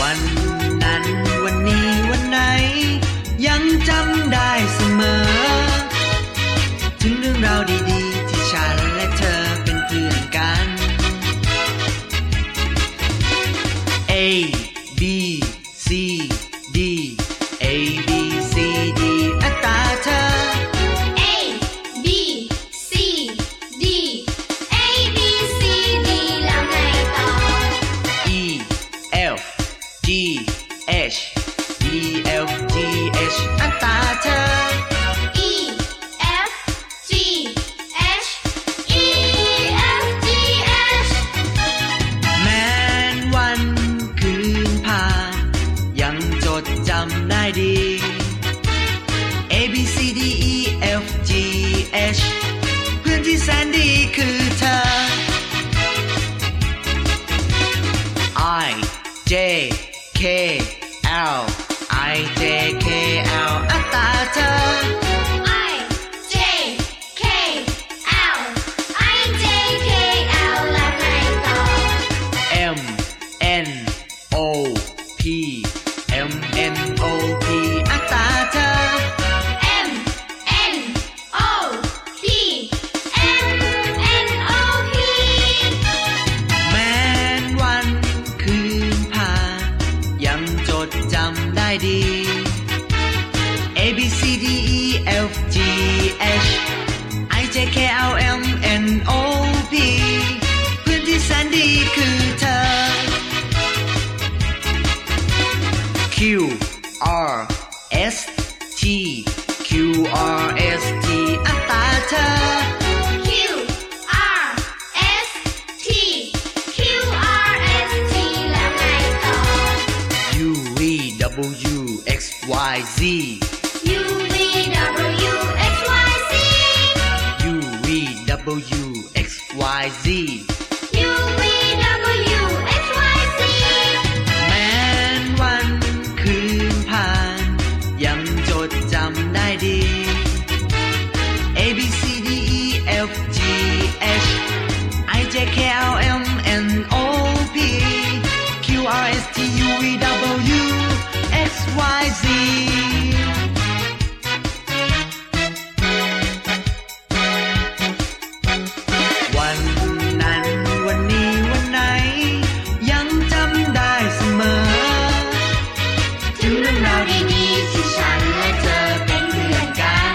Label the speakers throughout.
Speaker 1: วันนั้นวันนี้วันไหน ยังจำได้เสมอ ถึงเรื่องราวดีๆ ที่ฉันและเธอเป็นเพื่อนกัน A B C D A B C D อัตราเธอ
Speaker 2: A B C D A B C D แล้วไงต่อ
Speaker 1: E F G H E F G H อัตราเธอ
Speaker 2: E F G H E F G H
Speaker 1: แม้นวันคืนผ่านยังจดจำได้ดี A B C D E F G H เพื่อนที่แสนดีคือเธอ I J K L I J K L อัตราเธอ
Speaker 2: I J K L I J K L แล้วไงต่อ
Speaker 1: M N O P M N O P อัตราเธอ
Speaker 2: M N O P M N O P
Speaker 1: แม้นวันคืนผ่านยังจดจำได้ดี A B C D E F G H I J K L M N O P เพื่อนที่แสนดีคือเธอ Q R S T Q R S T อัตราเธอ
Speaker 2: Q R S T Q R S T แล้วไงต่อ
Speaker 1: U V W X Y Z
Speaker 2: U V W X Y Z
Speaker 1: U V W X Y Z
Speaker 2: U V W X Y Z
Speaker 1: แม้นวันคืนผ่าน ยังจดจำได้ดี A B C D E F G H I J K L M N O P Q R S T U V W X Y Z วันนั้นวันนี้วันไหน ยังจำได้เสมอ
Speaker 2: ถึงเรื่องราวดีๆที่ฉันและเธอเป็นเพื่อนกัน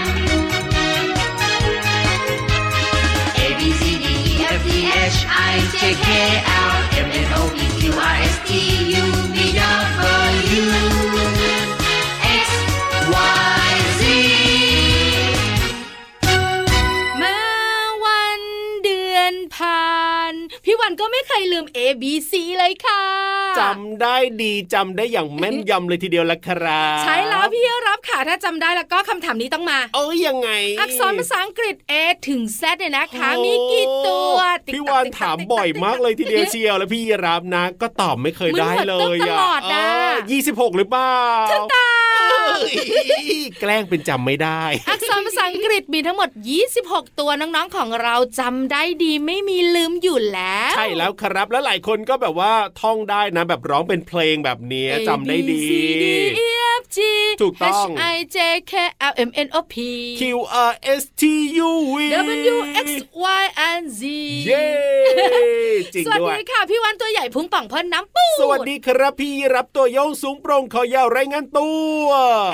Speaker 1: A B C D E F G H I J K L M N O P Q R S T U V W X Y Z
Speaker 3: เมื่อวันเดือนผ่าน พี่วันก็ไม่เคยลืม A B C เลยค่ะ
Speaker 4: จำได้ดีจำได้อย่างแม่นยำเลยทีเดียวละครับ
Speaker 3: ใช้แล้วพี่รับค่ะถ้าจำได้แล้วก็คำถามนี้ต้องมา
Speaker 4: เอ้ยยังไง
Speaker 3: อักษรภาษาอังกฤษ A ถึง Z เนี่ยนะคะ มีกี่ตัวติ๊ก
Speaker 4: พี่
Speaker 3: ต๊อก
Speaker 4: วาน
Speaker 3: ติ๊กต๊อก
Speaker 4: ถาม
Speaker 3: ติ๊กต๊อก
Speaker 4: บ่อยมากเลยทีเดียว
Speaker 3: ติ๊กต๊อก
Speaker 4: เชียวแล้วพี่รับนะ ก็ตอบไม่เคย
Speaker 3: มัน
Speaker 4: ได้
Speaker 3: เหมือน
Speaker 4: เลย
Speaker 3: ตลอดนะ
Speaker 4: ยี่สิบหกหรือเปล่า
Speaker 3: ถูกต้อง
Speaker 4: เอ้ยแกล้งเป็นจำไม่ได้
Speaker 3: อักษรภาษาอังกฤษมีทั้งหมด 26 ตัวน้องๆ ของเราจำได้ดีไม่มีลืมอยู่แล้ว
Speaker 4: ใช่แล้วครับแล้วหลายคนก็แบบว่าท่องได้นะ แบบร้องเป็นเพลงแบบเนี้ย
Speaker 3: A,
Speaker 4: จำได้ดี
Speaker 3: B, C, D, E, F, G
Speaker 4: ถูกต้อง
Speaker 3: H I J K L M N O P
Speaker 4: Q R S T U V
Speaker 3: W X Y and Z
Speaker 4: เย้จริง
Speaker 3: สวัส
Speaker 4: ด้วย
Speaker 3: ดีค่ะ พี่วันตัวใหญ่พุงป่องพ่นน้ำปูด
Speaker 4: สวัสดีครับพี่รับตัวโยงสูงโปร่งคอยาวไรายงานตัว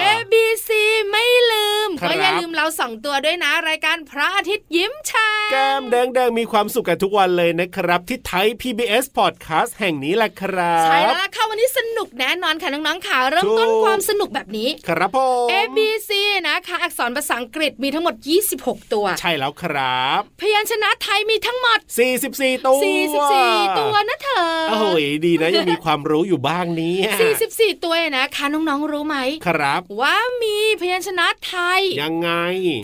Speaker 3: A B C ไม่ลืม
Speaker 4: ครับ
Speaker 3: ก็อย่าลืมเราสองตัวด้วยนะ รายการพระอาทิตย์ยิ้มแฉ่ง
Speaker 4: แก้มแดงๆมีความสุขกันทุกวันเลยนะครับ ที่ไทย PBS Podcast แห่งนี้แหละครั
Speaker 3: ใช่
Speaker 4: บ
Speaker 3: แล้วล่ะค่ะวันนี้สนุกแน่นอนค่ะน้องๆค่ะเริ่มต้น
Speaker 4: ถูก
Speaker 3: ความสนุกแบบนี้
Speaker 4: ครับผม
Speaker 3: A B C นะคะอักษรภาษาอังกฤษมีทั้งหมด 26 ตัว
Speaker 4: ใช่แล้วครับ
Speaker 3: พยัญชนะไทยมีทั้งหมด
Speaker 4: 44 ตัว
Speaker 3: 44 ตัวนะเธอ
Speaker 4: โอ้โหดีนะยังมีความรู้อยู่บ้างเนี้
Speaker 3: 44 ตัวเนี่ยนะคะน้องๆรู้ไหม
Speaker 4: ครับ
Speaker 3: ว่ามีพยัญชนะไทย
Speaker 4: ยังไง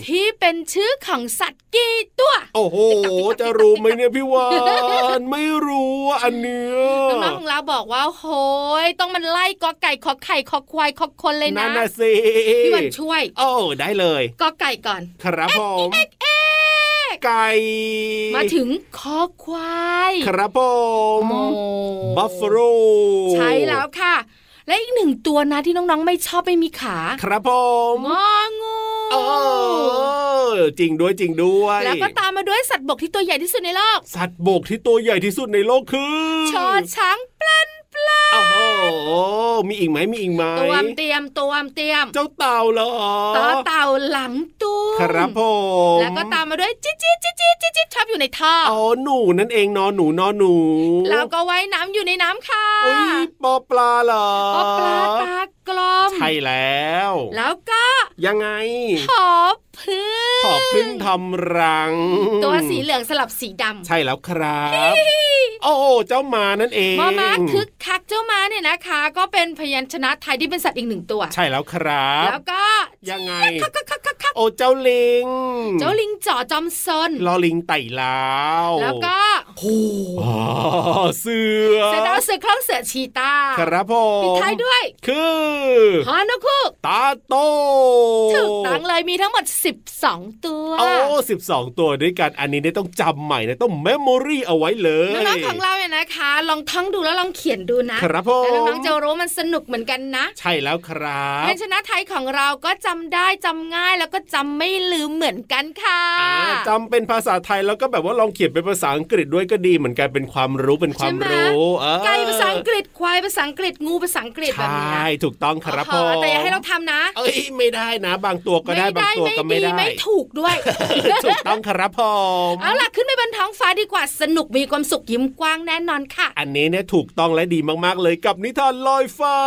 Speaker 3: ที่เป็นชื่อของสัตว์กี่ตัว
Speaker 4: โอ้โห จะรู้ไหมเนี่ยพี่วานไม่รู้อะอันเนี้ย
Speaker 3: น้องๆของเราบอกว่าโหยต้องมันไล่กอไก่ขอไข่ขอควายขอคนเลยนะ
Speaker 4: นั่นน่ะสิ
Speaker 3: พี่วันช่วย
Speaker 4: โอ้ได้เลย
Speaker 3: กอไก่ก่อน
Speaker 4: ครับผม
Speaker 3: เอ๊ะ
Speaker 4: ไก่
Speaker 3: มาถึงคอควาย
Speaker 4: ครับผม
Speaker 3: โอ้
Speaker 4: บัฟฟาโล
Speaker 3: ใช่แล้วค่ะ และอีกหนึ่งตัวนะที่น้องๆไม่ชอบไม่มีขา
Speaker 4: ครับผม
Speaker 3: งองู
Speaker 4: เออจริงด้วยจริงด้วย
Speaker 3: แล้วก็ตามมาด้วยสัตว์บกที่ตัวใหญ่ที่สุดในโลก
Speaker 4: สัตว์บกที่ตัวใหญ่ที่สุดในโลกคือ
Speaker 3: ชอช้างปลันปลา
Speaker 4: โอ้โหมีอีกไหมมีอีกไหม
Speaker 3: ตัวมเตรียมตัวมเตรียม
Speaker 4: เจ้าเต่าเหรอ
Speaker 3: ต่อเต่าหลังตุ้ม
Speaker 4: ครับผม
Speaker 3: แล้วก็ตามมาด้วยจิ๊ดจิ๊ดจิ๊ดจิ๊ดจิ๊ดจิ๊ดชอบอยู่ในท่อ
Speaker 4: อ๋อหนูนั่นเองนอนหนูนอนหนู
Speaker 3: แล้วก็ว่ายน้ำอยู่ในน้ำค่ะ
Speaker 4: อุ้ยปอปลาเหรอ
Speaker 3: ปลาปลาตากลม
Speaker 4: ใช่แล้ว
Speaker 3: แล้วก็
Speaker 4: ยังไง
Speaker 3: หอพึ่ง
Speaker 4: ขอบพึ่งทำรัง
Speaker 3: ตัวสีเหลืองสลับสีด
Speaker 4: ใช่แล้วครับโอ้โหเจ้ามานั่นเอง
Speaker 3: ำมอม้าคึกคักเจ้าม้าเนี่ยนะคะ ก็เป็นพยัญชนะไทยที่เป็นสัตว์อีกหนึ่งตัว
Speaker 4: ใช่แล้วครับ
Speaker 3: แล้วก็
Speaker 4: ยังไง
Speaker 3: คักคักคักคักคัก
Speaker 4: โอ้เจ้าลิง
Speaker 3: เจ้าลิงจ่อจอมซน
Speaker 4: ลอลิงไต่ลาว
Speaker 3: แล้วก็
Speaker 4: อ๋อเสือ
Speaker 3: เสือดาวเสือคล้องเสือชีตา
Speaker 4: ครับผม
Speaker 3: ปิดท้ายด้วย
Speaker 4: คือ
Speaker 3: ฮอนกคูก
Speaker 4: ตาโต
Speaker 3: ถูกต้องเลยมีทั้งหมด 12 ตัว
Speaker 4: โอ้สิบสองตัวด้วยกัน อันนี้เนี่ยต้องจำใหม่นะต้องเมมโมรีเอาไว้เลย
Speaker 3: น้องๆของเราเนี่ยนะคะ ลองท่องดูแล้วลองเขียนดูนะครับ
Speaker 4: ผม
Speaker 3: แล้วน้องๆจะรู้มันสนุกเหมือนกันนะ
Speaker 4: ใช่แล้วครับ
Speaker 3: เพนชนะไทยของเราก็จำได้จำง่ายแล้วก็จำไม่ลืมเหมือนกันค่ะ
Speaker 4: อ่าจำเป็นภาษาไทยแล้วก็แบบว่าลองเขียนเป็นภาษาอังกฤษด้วยก็ดีเหมือนกันเป็นความรู้เป็นความรู้เออ
Speaker 3: ไก่ภาษาอังกฤษควายภาษาอังกฤษงูภาษาอังกฤษ
Speaker 4: ใช
Speaker 3: แบบเนี้ย่
Speaker 4: ถูกต้องครับ
Speaker 3: อ๋
Speaker 4: พ่
Speaker 3: อแต่อย่าให้เราทำนะ
Speaker 4: เอ้ยไม่ได้นะ บางตัวก็ได้บางตัวก็ไม่
Speaker 3: ไม่ดี
Speaker 4: ได้
Speaker 3: ไม่ถูกด้วย
Speaker 4: ถูกต้องครับผม
Speaker 3: เอาล่ะขึ้นไปบนท้องฟ้าดีกว่าสนุกมีความสุขยิ้มกว้างแน่นอนค่ะ
Speaker 4: อันนี้เนี่ยถูกต้องและดีมาก ๆ เลยกับนิทานลอยฟ้า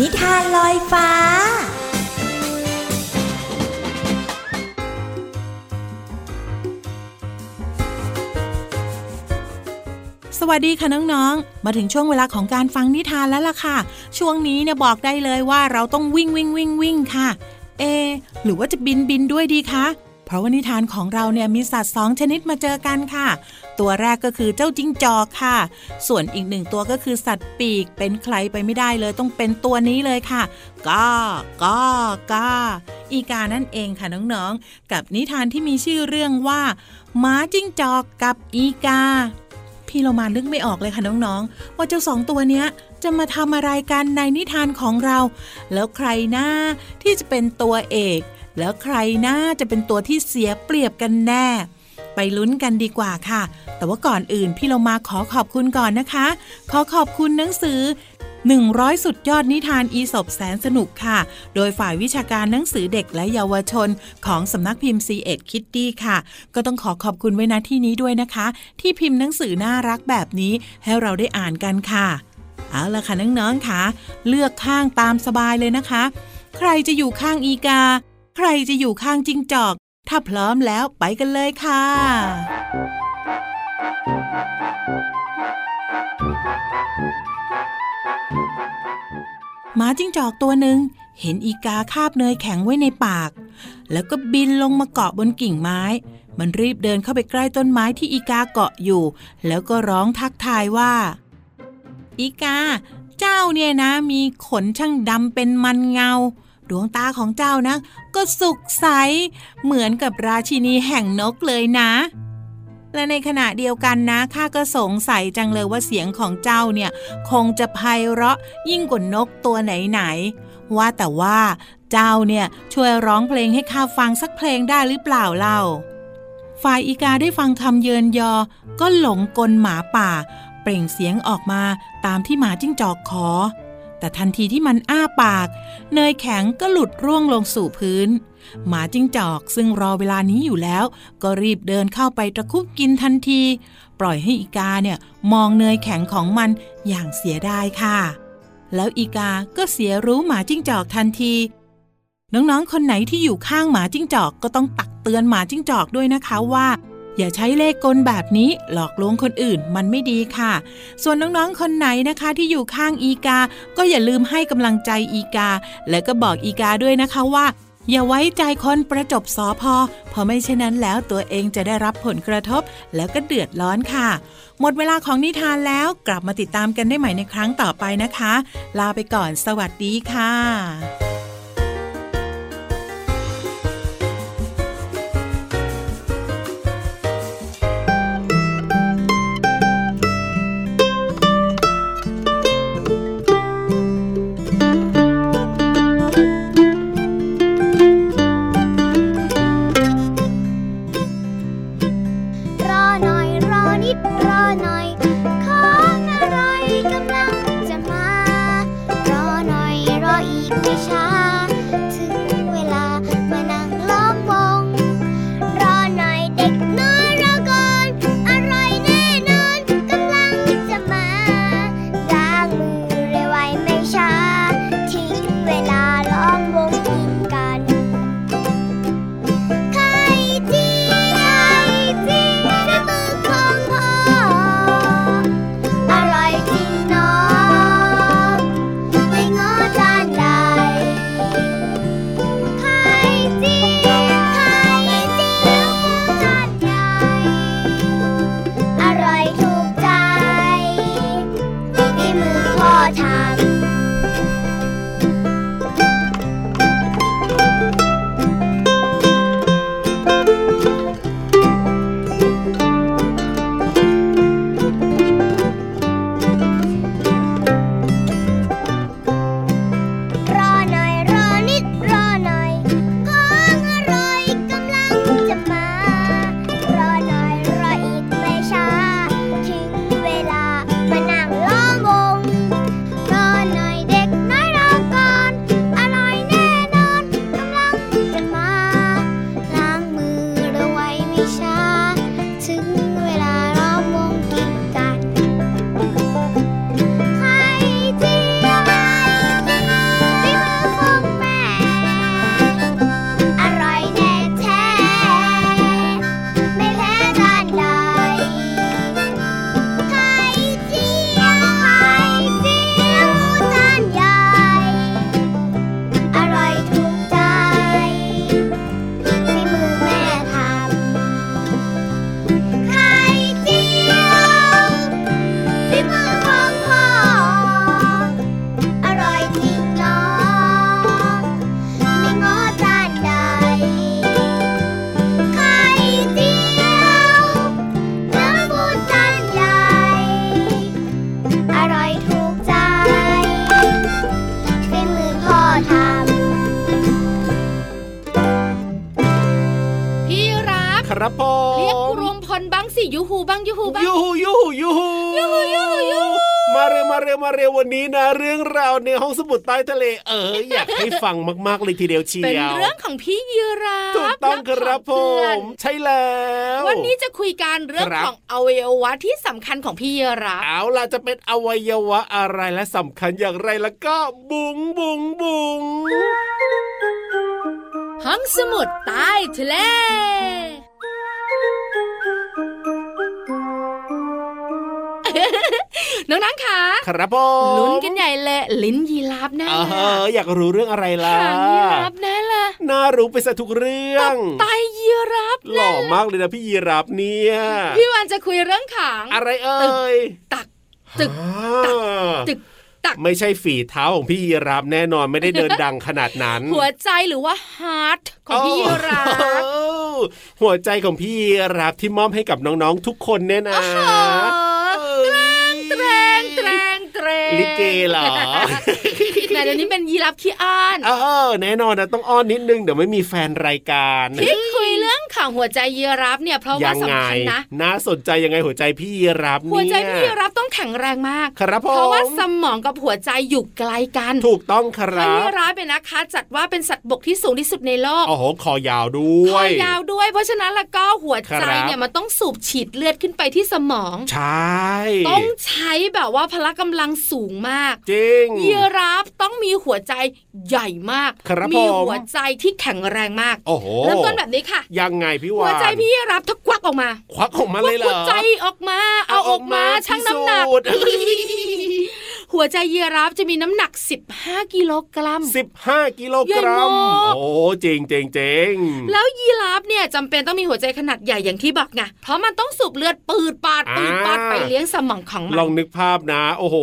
Speaker 5: นิทานลอยฟ้า สวัสดีค่ะน้องๆ มาถึงช่วงเวลาของการฟังนิทานแล้วล่ะค่ะ ช่วงนี้เนี่ยบอกได้เลยว่าเราต้องวิ่งวิ่งวิ่งวิ่งค่ะ เอะหรือว่าจะบินบินด้วยดีคะ เพราะว่านิทานของเราเนี่ยมีสัตว์สองชนิดมาเจอกันค่ะ ตัวแรกก็คือเจ้าจิ้งจอกค่ะ ส่วนอีกหนึ่งตัวก็คือสัตว์ปีกเป็นใครไปไม่ได้เลยต้องเป็นตัวนี้เลยค่ะก้าก้าก้าอีกานั่นเองค่ะน้องๆ กับนิทานที่มีชื่อเรื่องว่าหมาจิ้งจอกกับอีกา พี่เรามานึกไม่ออกเลยค่ะน้องๆ ว่าเจ้าสองตัวเนี้ยจะมาทำอะไรกันในนิทานของเรา แล้วใครหน้าที่จะเป็นตัวเอก แล้วใครหน้าจะเป็นตัวที่เสียเปรียบกันแน่ ไปลุ้นกันดีกว่าค่ะ แต่ว่าก่อนอื่นพี่เรามาขอขอบคุณก่อนนะคะ ขอขอบคุณหนังสือ 100 สุดยอดนิทานอีสบแสนสนุกค่ะ โดยฝ่ายวิชาการหนังสือเด็กและเยาวชน ของสำนักพิมพ์ c ีเอ็ดคิตตี้ค่ะ ก็ต้องขอขอบคุณไว้นะที่นี้ด้วยนะคะ ที่พิมพ์หนังสือน่ารักแบบนี้ให้เราได้อ่านกันค่ะ เอาละค่ะน้องๆค่ะ เลือกข้างตามสบายเลยนะคะ ใครจะอยู่ข้างอีกา ใครจะอยู่ข้างจิงจอก ถ้าพร้อมแล้วไปกันเลยค่ะ หมาจิ้งจอกตัวหนึ่งเห็นอีกาคาบเนยแข็งไว้ในปาก แล้วก็บินลงมาเกาะบนกิ่งไม้ มันรีบเดินเข้าไปใกล้ต้นไม้ที่อีกาเกาะอยู่ แล้วก็ร้องทักทายว่า อีกา เจ้าเนี่ยนะ มีขนช่างดำเป็นมันเงา ดวงตาของเจ้านะ ก็สุกใส เหมือนกับราชินีแห่งนกเลยนะ และในขณะเดียวกันนะข้าก็สงสัยจังเลยว่าเสียงของเจ้าเนี่ย คงจะไพเราะยิ่งกว่านกตัวไหนๆว่าแต่ว่าเจ้าเนี่ยช่วยร้องเพลงให้ข้าฟังสักเพลงได้หรือเปล่าเล่า ฝ่ายอีกาได้ฟังคำเยินยอ ก็หลงกลหมาป่า เปล่งเสียงออกมาตามที่หมาจิ้งจอกขอ แต่ แต่ทันทีที่มันอ้าปาก เนยแข็งก็หลุดร่วงลงสู่พื้น หมาจิ้งจอกซึ่งรอเวลานี้อยู่แล้ว ก็รีบเดินเข้าไปตะครุบกินทันที ปล่อยให้อีกาเนี่ยมองเนยแข็งของมันอย่างเสียดายค่ะ แล้วอีกาก็เสียรู้หมาจิ้งจอกทันที น้องๆ คนไหนที่อยู่ข้างหมาจิ้งจอกก็ต้องตักเตือนหมาจิ้งจอกด้วยนะคะว่า อย่าใช้เลขกลแบบนี้หลอกลวงคนอื่นมันไม่ดีค่ะ ส่วนน้องๆ คนไหนนะคะที่อยู่ข้างอีกา ก็อย่าลืมให้กำลังใจอีกา และก็บอกอีกาด้วยนะคะว่า อย่าไว้ใจคนประจบสอพอเพราะไม่เช่นนั้นแล้วตัวเองจะได้รับผลกระทบ แล้วก็เดือดร้อนค่ะ หมดเวลาของนิทานแล้วกลับมาติดตามกันได้ใหม่ในครั้งต่อไปนะคะ ลาไปก่อนสวัสดีค่ะ
Speaker 6: รอหน่อยรอนิดรอหน่อย ของอะไรกำลังจะมา รอหน่อยรออีกไม่ช้า ถึงเวลามานั่งล้อมวง รอหน่อยเด็กน้อยรอก่อน อะไรแน่นอนกำลังจะมาล้างมือเร็วไวไม่ช้า ถึงเวลาล้อมวงกินกัน ไข่เจียวฝีมือของพ่อ อร่อยจริงเนาะไม่ง้อจานใด ไข่เจียวไข่เจียวฟูจานใหญ่ อร่อยถูกใจฝีมือพ่อทำ รอหน่อยรอนิดรอหน่อย ของอร่อยกำลังจะมา รอหน่อยรออีกไม่ช้า ถึงเวลามานั่งล้อมวง รอหน่อยเด็กน้อยรอก่อน อร่อยแน่นอนกำลังจะมา ล้างมือเร็วไวไม่ช้า ถึงเวลาล้อมวงกินกัน ไข่เจียวไข่เจียวฝีมือของแม่ อร่อยแน่แท้ ไม่แพ้ร้านใด ไข่เจียวไข่เจียวจานใหญ่ อร่อยถูกใจฝีมือแม่ทำ ไข่เจียว ฝีมือของพ่อ อร่อยจริงเนาะไม่ง้อจานใด ไข่เจียวน้ำปูจานใหญ่ อร่อยถูกใจฝีมือพ่อทำ
Speaker 3: พี่รับ
Speaker 4: ครับพอ
Speaker 3: เรียกรวมพลบ้างสิยูฮูบ้างยูฮูบ้าง
Speaker 4: ยูฮูยูฮูยูฮูยูฮูยูฮูยูมาเร็วมาเร็วมาเร็ววันนี้นะ เรื่องราวในห้องสมุดใต้ทะเลเอออยากให้ฟังมากๆเลยทีเดียวเชียว
Speaker 3: เป็นเรื่องของพี่ยีราฟ
Speaker 4: ถูกต้องครับผ
Speaker 3: และของเพื่อน
Speaker 4: ม ใช่แล้ว
Speaker 3: วันนี้จะคุยการเรื่อง
Speaker 4: ครับ
Speaker 3: ของอวัยวะที่สำคัญของพี่ยีราฟ
Speaker 4: เอาล่ะจะเป็นอวัยวะอะไรและสำคัญอย่างไรแล้วก็บุ๋งบุ๋งบุ๋ง
Speaker 3: ห้องสมุดใต้ ทะเล น้องๆค่ะ
Speaker 4: ครับผม
Speaker 3: ลุ้นกันใหญ่เลยลิ้นยีราฟแน่
Speaker 4: เอ
Speaker 3: เลย
Speaker 4: ออยากรู้เรื่องอะไรล่ะ
Speaker 3: หางยีราฟแน่เลย
Speaker 4: น่ารู้ไปซะทุกเรื่อ
Speaker 3: ตั
Speaker 4: ง
Speaker 3: บไตยีราฟ
Speaker 4: หล่อมากเลยนะพี่ยีรับเนี่ย
Speaker 3: พี่วันจะคุยเรื่องขาง
Speaker 4: อะไรเอ่ย
Speaker 3: ตักตึก
Speaker 4: อ่า
Speaker 3: ตึกตัก
Speaker 4: ไม่ใช่ฝีเท้าของพี่ยีรับแน่นอนไม่ได้เดินดังขนาดนั้น
Speaker 3: หัวใจหรือว่าฮาร์ทของพี่ยีราฟ
Speaker 4: โอ้โหหัวใจของพี่ยีรับที่มอบให้กับน้องๆทุกคนเนี่ยนะ
Speaker 3: โอ้โห
Speaker 4: เอ้ย
Speaker 3: แตรงแตรงแตรง
Speaker 4: ลิเกเหรอ
Speaker 3: พ แต่เดี๋ยวนี้เป็นยีราฟขี้อ้าน
Speaker 4: เออแน่นอนนะต้องอ้อนนิดนึงเดี๋ยวไม่มีแฟนรายการ
Speaker 3: ที่คุยเรื่องข่าวหัวใจยีราฟเนี่ยเพราะว่า
Speaker 4: ยัง
Speaker 3: สำ
Speaker 4: ไง
Speaker 3: คัญนะ
Speaker 4: น่าสนใจยังไงหัวใจพี่ยีรับเนี่ย
Speaker 3: หัวใจพี่ยีรับต้องแข็งแรงมาก
Speaker 4: ครับผม
Speaker 3: เพราะว่าสมองกับหัวใจอยู่ไกลกัน
Speaker 4: ถูกต้องค
Speaker 3: และ
Speaker 4: รั
Speaker 3: ยี
Speaker 4: บ
Speaker 3: ราฟเป็นยนะคะ จัดว่าเป็นสัตว์บกที่สูงที่สุดในโลก
Speaker 4: โอ้โหคอยาวด้
Speaker 3: ค
Speaker 4: วย
Speaker 3: อยาวด้วย เพราะฉะนั้นแล้วก็หัวใจ
Speaker 4: ครับ
Speaker 3: เนี่ยมันต้องสูบฉีดเลือดขึ้นไปที่สมอง
Speaker 4: ใช่
Speaker 3: ต้องใช้แบบว่าพละกำลังสูงมาก
Speaker 4: จริง
Speaker 3: ยีราฟต้องมีหัวใจใหญ่มาก
Speaker 4: ครับ
Speaker 3: มี
Speaker 4: ผม
Speaker 3: หัวใจที่แข็งแรงมาก
Speaker 4: โอ้โห
Speaker 3: เริ่มต้นแบบนี้ค่ะ
Speaker 4: ยังไงพี่วาน
Speaker 3: หัวใจพี่ยีรับถ้ากวักออกมา
Speaker 4: ควักออกมาเลยเหร
Speaker 3: หัว
Speaker 4: อ
Speaker 3: ใจออกมา เอาออกมาชั่งน้ำหนัก หัวใจยีราฟจะมีน้ำหนัก 15 กิโลกรัม
Speaker 4: สิบห้ากิโลกรัม
Speaker 3: ใหญ่มาก
Speaker 4: โอ้โหจริงเจริงเจริง
Speaker 3: แล้วยีราฟเนี่ยจำเป็นต้องมีหัวใจขนาดใหญ่อย่างที่บอกไงเพราะมันต้องสูบเลือดปืดปาดปืดปาด
Speaker 4: อ่า
Speaker 3: ไปเลี้ยงสมองของมัน
Speaker 4: ลองนึกภาพนะ โอ้โห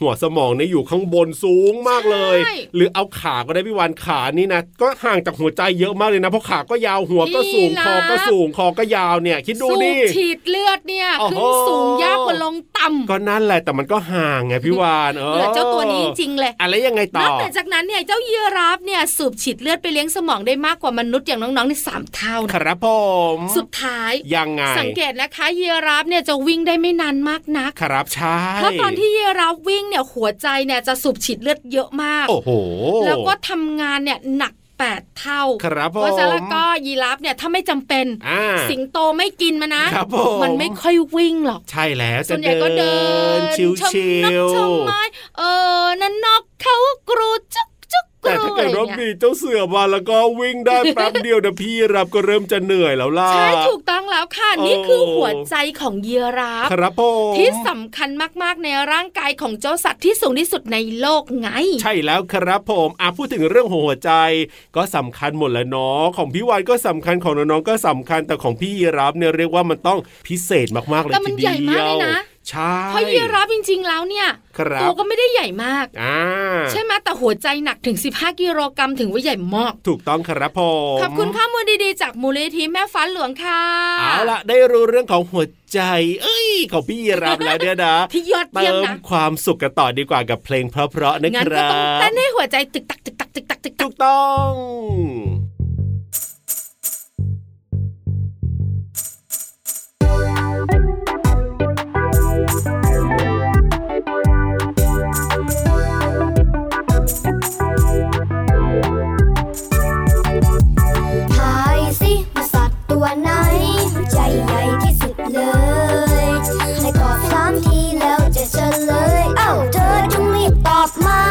Speaker 4: หัวสมองเนี่ยอยู่ข้างบนสูงมากเลย
Speaker 3: ใช่
Speaker 4: หรือเอาขาก็ได้พี่วานขานี่นะ ก็ห่างจากหัวใจเยอะมากเลยนะ เพราะขาก็ยาวหัวก็สูง
Speaker 3: นี่นะ
Speaker 4: คอก็สูง คอก็ยาวเนี่ย คิดดู
Speaker 3: สูบ
Speaker 4: ดิ
Speaker 3: ฉีดเลือดเนี่ย
Speaker 4: โอ้โห
Speaker 3: ขึ้นสูงยากกว่าลงต่ำ
Speaker 4: ก็นั่นแหละแต่มันก็ห่างไงพี่วานเอ
Speaker 3: เห
Speaker 4: อ
Speaker 3: ลือเจ้าตัวนี้จริงๆเลย
Speaker 4: อะไรยังไง
Speaker 3: น
Speaker 4: ต่อ
Speaker 3: อกแต่จากนั้นเนี่ยเจ้ายีราฟเนี่ยสูบฉีดเลือดไปเลี้ยงสมองได้มากกว่ามนุษย์อย่างน้องๆในสามเท่า
Speaker 4: ค
Speaker 3: นะ
Speaker 4: รับผม
Speaker 3: สุดท้าย
Speaker 4: ยังไง
Speaker 3: สังเกตนะคะยีราฟเนี่ยจะวิ่งได้ไม่นานมากนัก
Speaker 4: ครับใช่
Speaker 3: เพราะตอนที่ยีราฟวิ่งเนี่ยหัวใจเนี่ยจะสูบฉีดเลือดเยอะมาก
Speaker 4: โอ้โห
Speaker 3: แล้วก็ทำงานเนี่ยหนักแปดเท่า
Speaker 4: ครับผม
Speaker 3: เพราะฉะนั้นแล้วก็ยีราฟเนี่ยถ้าไม่จำเป็น
Speaker 4: อ่า
Speaker 3: สิงโตไม่กินมานะครับ
Speaker 4: ผม
Speaker 3: นไม่ค่อยวิ่งหรอก
Speaker 4: ใช่แล้ว
Speaker 3: ส่
Speaker 4: จะ
Speaker 3: วนใหญ่ก็เดิน
Speaker 4: ชิว
Speaker 3: ชม
Speaker 4: ชิ
Speaker 3: นก
Speaker 4: ว
Speaker 3: ชมไม้เออนั่นนกเขากรูจุกจุกก
Speaker 4: แต่
Speaker 3: รู
Speaker 4: ถ้า
Speaker 3: อะ
Speaker 4: เกิ
Speaker 3: ไร
Speaker 4: ดว่า
Speaker 3: เงี้ย
Speaker 4: มีเจ้าเสือมาแล้วก็วิ่งได้แป๊บเดียวนะพี่รับก็เริ่มจะเหนื่อยแล้วล่ะ
Speaker 3: ใช่ถูกต้องแล้วค่ะ
Speaker 4: โอ้
Speaker 3: นี่คือหัวใจของยีราฟ
Speaker 4: ครับผม
Speaker 3: ที่สำคัญมากๆในร่างกายของเจ้าสัตว์ที่สูงที่สุดในโลกไง
Speaker 4: ใช่แล้วครับผมอ่ะพูดถึงเรื่องหัวใจ ก็สำคัญหมดแหล้วเนาะของพี่วานก็สำคัญของน้องๆก็สำคัญแต่ของพี่รับเนี่ยเรียกว่ามันต้องพิเศษมากๆเลย
Speaker 3: แต่มั
Speaker 4: ที
Speaker 3: น
Speaker 4: เดียว
Speaker 3: ใหญ่มากเลยนะ
Speaker 4: ใช่
Speaker 3: เพราะยีราฟจริงๆแล้วเนี่ย
Speaker 4: ครับ
Speaker 3: ตัวก็ไม่ได้ใหญ่มาก
Speaker 4: อ่า
Speaker 3: ใช่ไหมแต่หัวใจหนักถึง 15 กิโลกรัมถึงว่าใหญ่มาก
Speaker 4: ถูกต้องครับผม
Speaker 3: ขอบคุณข้อมูลดีๆ จากมูลนิธิแม่ฟ้าหลวงค่ะ
Speaker 4: เอาล่ะได้รู้เรื่องของหัวใจ เอ้ยของพี่รับแล้วเนี่ยนะ
Speaker 3: ที่ยอด
Speaker 4: เติ
Speaker 3: เยี่ยม
Speaker 4: ม
Speaker 3: นะ
Speaker 4: ความสุขกันต่อดีกว่ากับเพลงเพราะๆนะ
Speaker 3: งั้น
Speaker 4: ค
Speaker 3: ก็
Speaker 4: รั
Speaker 3: ต้องเต้
Speaker 4: บ
Speaker 3: นให้หัวใจตึกตักตึกตักตึกตักตึกตั
Speaker 4: ถู
Speaker 3: ก
Speaker 4: กต้อง
Speaker 6: ทายสิว่าสัตว์ตัวไหน หัวใจใหญ่ที่สุดเลย ให้กอดสามทีแล้วจะเฉลย เอ้าเธอจงรีบตอบมา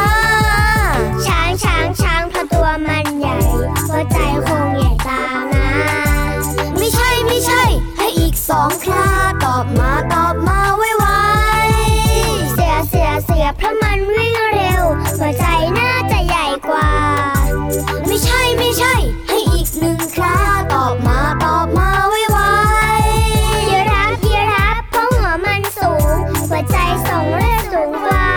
Speaker 6: ช้างช้างช้างเพราะตัวมันใหญ่ หัวใจคงใหญ่ตามนะ ไม่ใช่ไม่ใช่ ให้อีกสองคราตอบมาตอบมาไวไวๆเสียเสียเสียเพราะมันวิ่งเร็ว หัวใจน่าจะใหญ่กว่า ไม่ใช่ไม่ใช่ ให้อีกหนึ่งคราตอบมาตอบมาไวไวๆยีราฟยีราฟเพราะหัวมันสูง หัวใจส่งเลือดสูงกว่า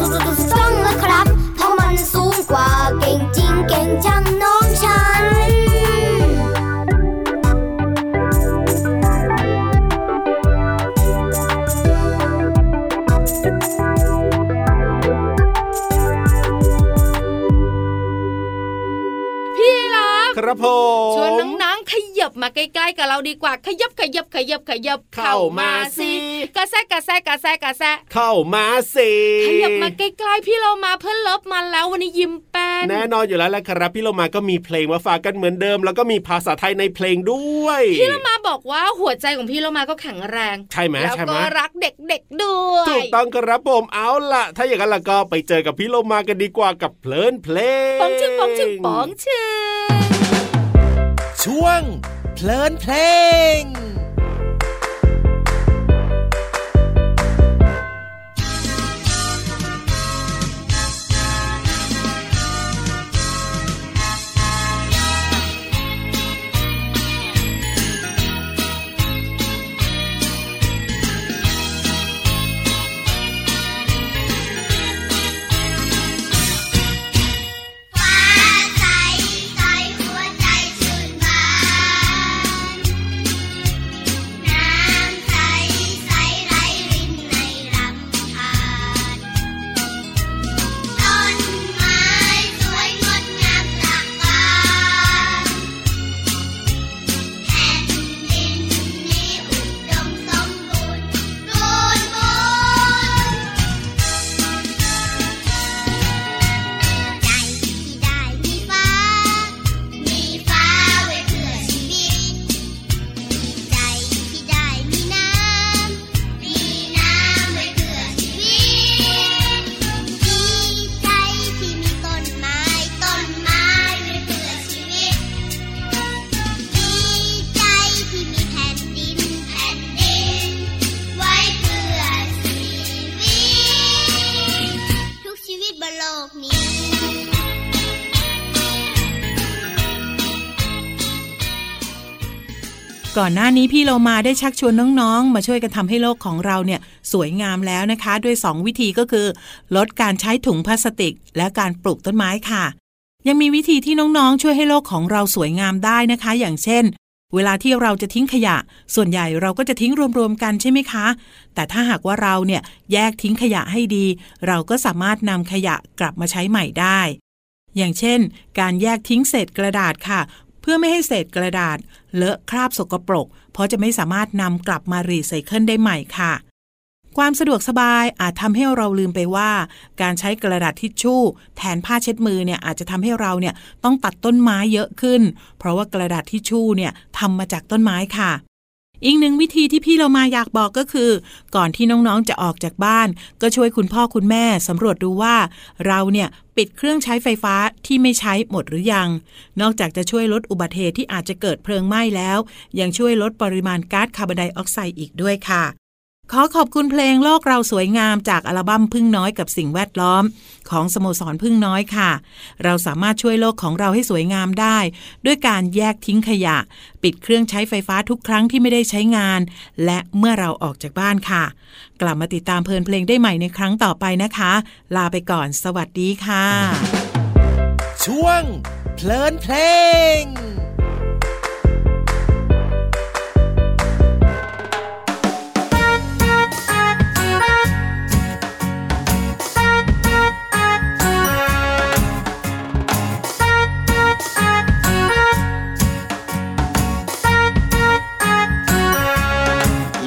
Speaker 6: ถูกถูกต้องแล้วครับ เพราะมันสูงกว่าเก่งจริงเก่งจังน้องฉัน
Speaker 3: พี่รัก
Speaker 4: ครับผ
Speaker 3: ช
Speaker 4: ม
Speaker 3: วนน้องๆขยับมาใกล้ๆกับเราดีกว่า ขยับขยับขยับขยับกระแซะกระแซะกระแซะกระแซะ
Speaker 4: เข้ามาสิ
Speaker 3: ขยับมาใกล้ๆพี่เรามาเพื่อนเลิฟมาแล้ววันนี้ยิ้มแป้น
Speaker 4: แน่นอนอยู่แล้วแหละครับ พี่เรามาก็มีเพลงมาฝากกันเหมือนเดิม แล้วก็มีภาษาไทยในเพลงด้วย
Speaker 3: พี่เรามาบอกว่าหัวใจของพี่เรามาก็แข็งแรง
Speaker 4: ใช่ไหม
Speaker 3: แล้ว
Speaker 4: ใช่ไหม
Speaker 3: ก็รักเด็กๆด้วย
Speaker 4: ถูกต้องครับผมเอาล่ะ ถ้าอย่างนั้นแล้วก็ไปเจอกับพี่เรามากันดีกว่ากับเพลินเพลง
Speaker 3: ป๋องชึงป๋องชึงป๋องชึง
Speaker 7: ช่วง เพลินเพลง
Speaker 2: ฟ้าใสใสหัวใจชื่นบาน
Speaker 5: ก่อนหน้านี้พี่เรามาได้ชักชวนน้องๆ มาช่วยกันทำให้โลกของเราเนี่ยสวยงามแล้วนะคะ ด้วย 2 วิธีก็คือ ลดการใช้ถุงพลาสติก และการปลูกต้นไม้ค่ะ ยังมีวิธีที่น้องๆ ช่วยให้โลกของเราสวยงามได้นะคะ อย่างเช่น เวลาที่เราจะทิ้งขยะ ส่วนใหญ่เราก็จะทิ้งรวมๆกันใช่ไหมคะ แต่ถ้าหากว่าเราเนี่ยแยกทิ้งขยะให้ดี เราก็สามารถนำขยะกลับมาใช้ใหม่ได้ อย่างเช่น การแยกทิ้งเศษกระดาษค่ะ เพื่อไม่ให้เศษกระดาษ เลอะคราบสกปรก เพราะจะไม่สามารถนำกลับมารีไซเคิลได้ใหม่ค่ะ ความสะดวกสบายอาจทำให้เราลืมไปว่า การใช้กระดาษทิชชู่ แทนผ้าเช็ดมือเนี่ยอาจจะทำให้เราเนี่ยต้องตัดต้นไม้เยอะขึ้น เพราะว่ากระดาษทิชชู่เนี่ยทำมาจากต้นไม้ค่ะ อีกหนึ่งวิธีที่พี่เรามาอยากบอกก็คือ ก่อนที่น้องๆจะออกจากบ้าน ก็ช่วยคุณพ่อคุณแม่สำรวจดูว่า เราเนี่ยปิดเครื่องใช้ไฟฟ้าที่ไม่ใช้หมดหรือยัง นอกจากจะช่วยลดอุบัติเหตุที่อาจจะเกิดเพลิงไหม้แล้ว ยังช่วยลดปริมาณก๊าซคาร์บอนไดออกไซด์อีกด้วยค่ะ ขอขอบคุณเพลงโลกเราสวยงามจากอัลบั้มพึ่งน้อยกับสิ่งแวดล้อม ของสโมสรพึ่งน้อยค่ะ เราสามารถช่วยโลกของเราให้สวยงามได้ ด้วยการแยกทิ้งขยะ ปิดเครื่องใช้ไฟฟ้าทุกครั้งที่ไม่ได้ใช้งาน และเมื่อเราออกจากบ้านค่ะ กลับมาติดตามเพลินเพลงได้ใหม่ในครั้งต่อไปนะคะ ลาไปก่อน สวัสดีค่ะ
Speaker 7: ช่วง เพลินเพลง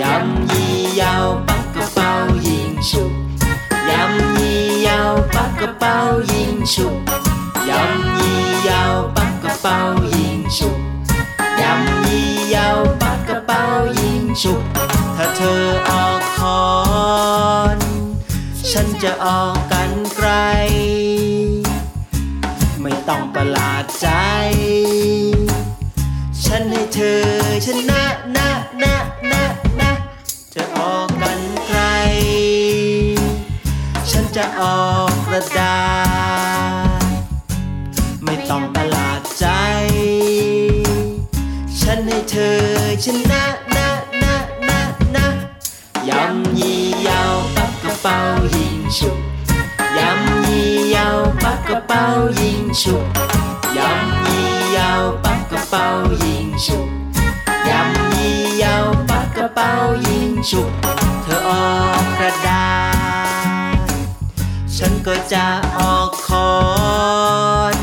Speaker 1: ยำยี่ยาวปักกระเป๋ายิงฉุบยำยี่ยาวปักกระเป๋ายิงฉุบยำยี่ยาวปักกระเป๋ายิงฉุบยำยี่ยาวปักกระเป๋ายิงฉุบถ้าเธอออกคอน ฉันจะออกกันไกล ไม่ต้องประหลาดใจ ฉันให้เธอชนะนะนะนะนะจะออกกันไกล ฉันจะออกกระดาษ ไม่ต้องประหลาดใจ ฉันให้เธอชนะนะนะนะนะยำยี่ยาวปักกระเป๋ายิงฉุบยำยี่ยาวปักกระเป๋ายิงฉุบยำยี่ยาวปักกระเป๋ายิงฉุบยำยี่ยาวปักกระเป๋ายิงฉุบเธอออกกระดาษ ฉันก็จะออกคอน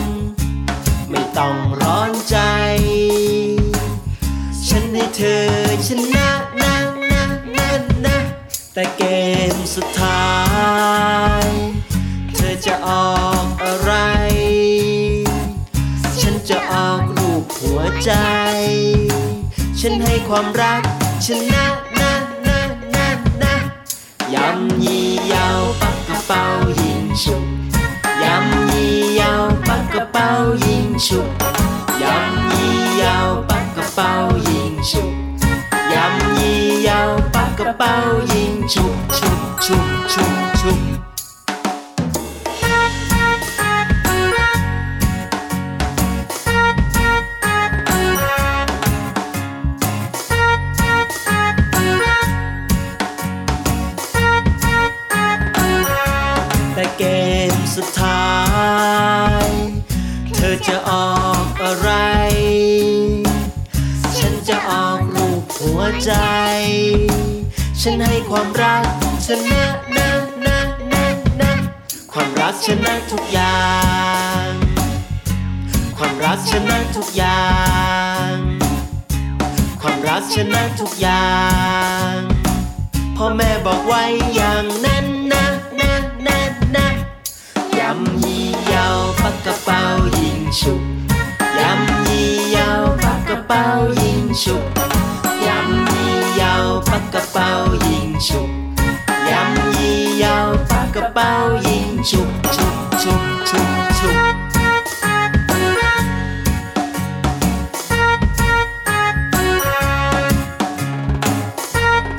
Speaker 1: ไม่ต้องร้อนใจ ฉันให้เธอชนะนะนะนะนะ แต่เกมสุดท้าย เธอจะออกอะไร ฉันจะออกรูปหัวใจ ฉันให้ความรักชนะนะนะนะนะ ยำยี่ยาวปักกระเป๋ายิงฉุบยำยี่ยาวปักกระเป๋ายิงฉุบยำยี่ยาวปักกระเป๋ายิงฉุบยำยี่ยาวปักกระเป๋ายิงฉุบฉุบฉุบฉุบฉุบ แต่เกมสุดท้าย เธอจะออกอะไร ฉันจะออกรูปหัวใจ ฉันให้ความรักชนะนะนะนะนะความรักชนะทุกอย่าง ความรักชนะทุกอย่าง ความรักชนะทุกอย่าง พ่อแม่บอกไว้อย่างนั้นนะนะนะนะยำยี่ยาวปักกระเป๋ายิงฉุบยำยี่ยาวปักกระเป๋ายิงฉุบยำยี่ยาวปักกระเป๋ายิงฉุบยำยี่ยาวปักกระเป๋ายิงฉุบฉุบฉุบฉุบฉุบ
Speaker 6: เ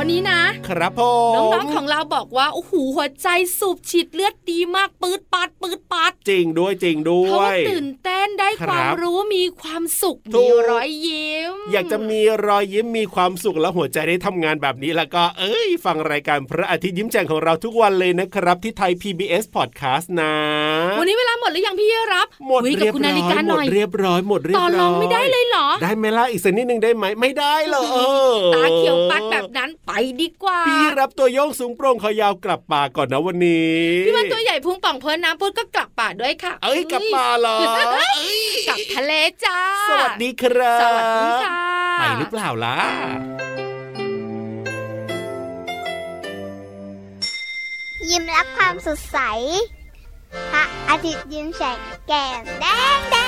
Speaker 3: วันนี้นะ
Speaker 4: ครับผม
Speaker 3: น้องๆของเราบอกว่า โอ้โหหัวใจสูบฉีดเลือดดีมากปืดปัดปืดปัด
Speaker 4: จริงด้วยจริงด้
Speaker 3: เพราะ
Speaker 4: ว
Speaker 3: ว่าย ตื่นเต้นได้
Speaker 4: ครับ
Speaker 3: ความรู้มีความสุข
Speaker 4: ถู
Speaker 3: มี
Speaker 4: ก
Speaker 3: รอยยิ้ม
Speaker 4: อยากจะมีรอยยิ้มมีความสุขและหัวใจได้ทำงานแบบนี้แล้วก็เอ้ย ฟังรายการพระอาทิตย์ยิ้มแฉ่งของเราทุกวันเลยนะครับ ที่ไทย PBS Podcast นะ
Speaker 3: วันนี้เวลาหมดหรือยังพี่รับ
Speaker 4: หมด
Speaker 3: คุยกับ
Speaker 4: เรียบ
Speaker 3: คุณ
Speaker 4: ร้
Speaker 3: นา
Speaker 4: อก
Speaker 3: ฬิายห
Speaker 4: หม
Speaker 3: น่
Speaker 4: ด
Speaker 3: อย
Speaker 4: เรียบร้อยหมดเรียบ
Speaker 3: ต่อ
Speaker 4: ร้อย
Speaker 3: รองไม่ได้เลยเหรอ
Speaker 4: ได้ไหมล่ะอีกสักนิดนึงได้ไหมไม่ได้เหรอเออ
Speaker 3: ตาเขียวปัดแบบนั้นไปดีกว่า
Speaker 4: พี่รับตัวโยงสูงโปร่งคอยาวกลับป่าก่อนนะวันนี้
Speaker 3: พี่วันตัวใหญ่พุงป่องเพลินน้ำพุดก็กลับป่าด้วยค่ะ
Speaker 4: เอ้ยกลับป่าเหรอเอ้ย
Speaker 3: กลับทะเลจ้า
Speaker 4: สวัสดีครับ
Speaker 3: สวัสดีค่ะ
Speaker 4: ไปหรือเปล่าล่ะ
Speaker 6: ยิ้มรับความสดใส พระอาทิตย์ยิ้มแฉกแก้มแดงแดง